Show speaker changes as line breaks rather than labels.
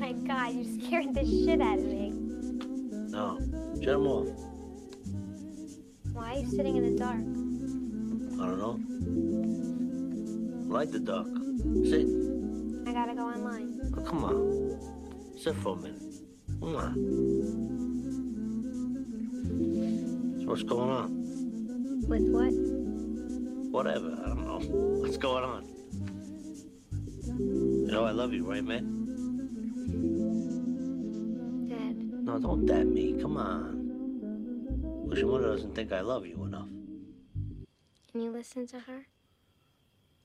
You scared the shit out of me.
No. Shut them off.
Why are you sitting in the dark?
I don't know. Like the dark. Sit.
I gotta go online.
Oh, come on. Sit for a minute. Come on. So what's going on?
With what?
Whatever. I don't know. What's going on? You know I love you, right, man?
Dad.
No, don't dab me. Come on. Wish your mother doesn't think I love you enough.
Can you listen to her?